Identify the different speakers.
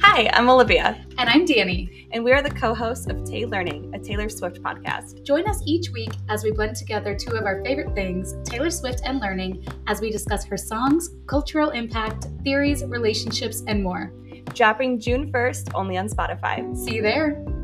Speaker 1: Hi, I'm Olivia,
Speaker 2: And I'm Danny.
Speaker 1: and we are the co hosts of Tay Learning, a Taylor Swift podcast.
Speaker 2: Join us each week as we blend together two of our favorite things, Taylor Swift and learning, as we discuss her songs, cultural impact, theories, relationships, and more.
Speaker 1: Dropping June 1st only on Spotify.
Speaker 2: See you there.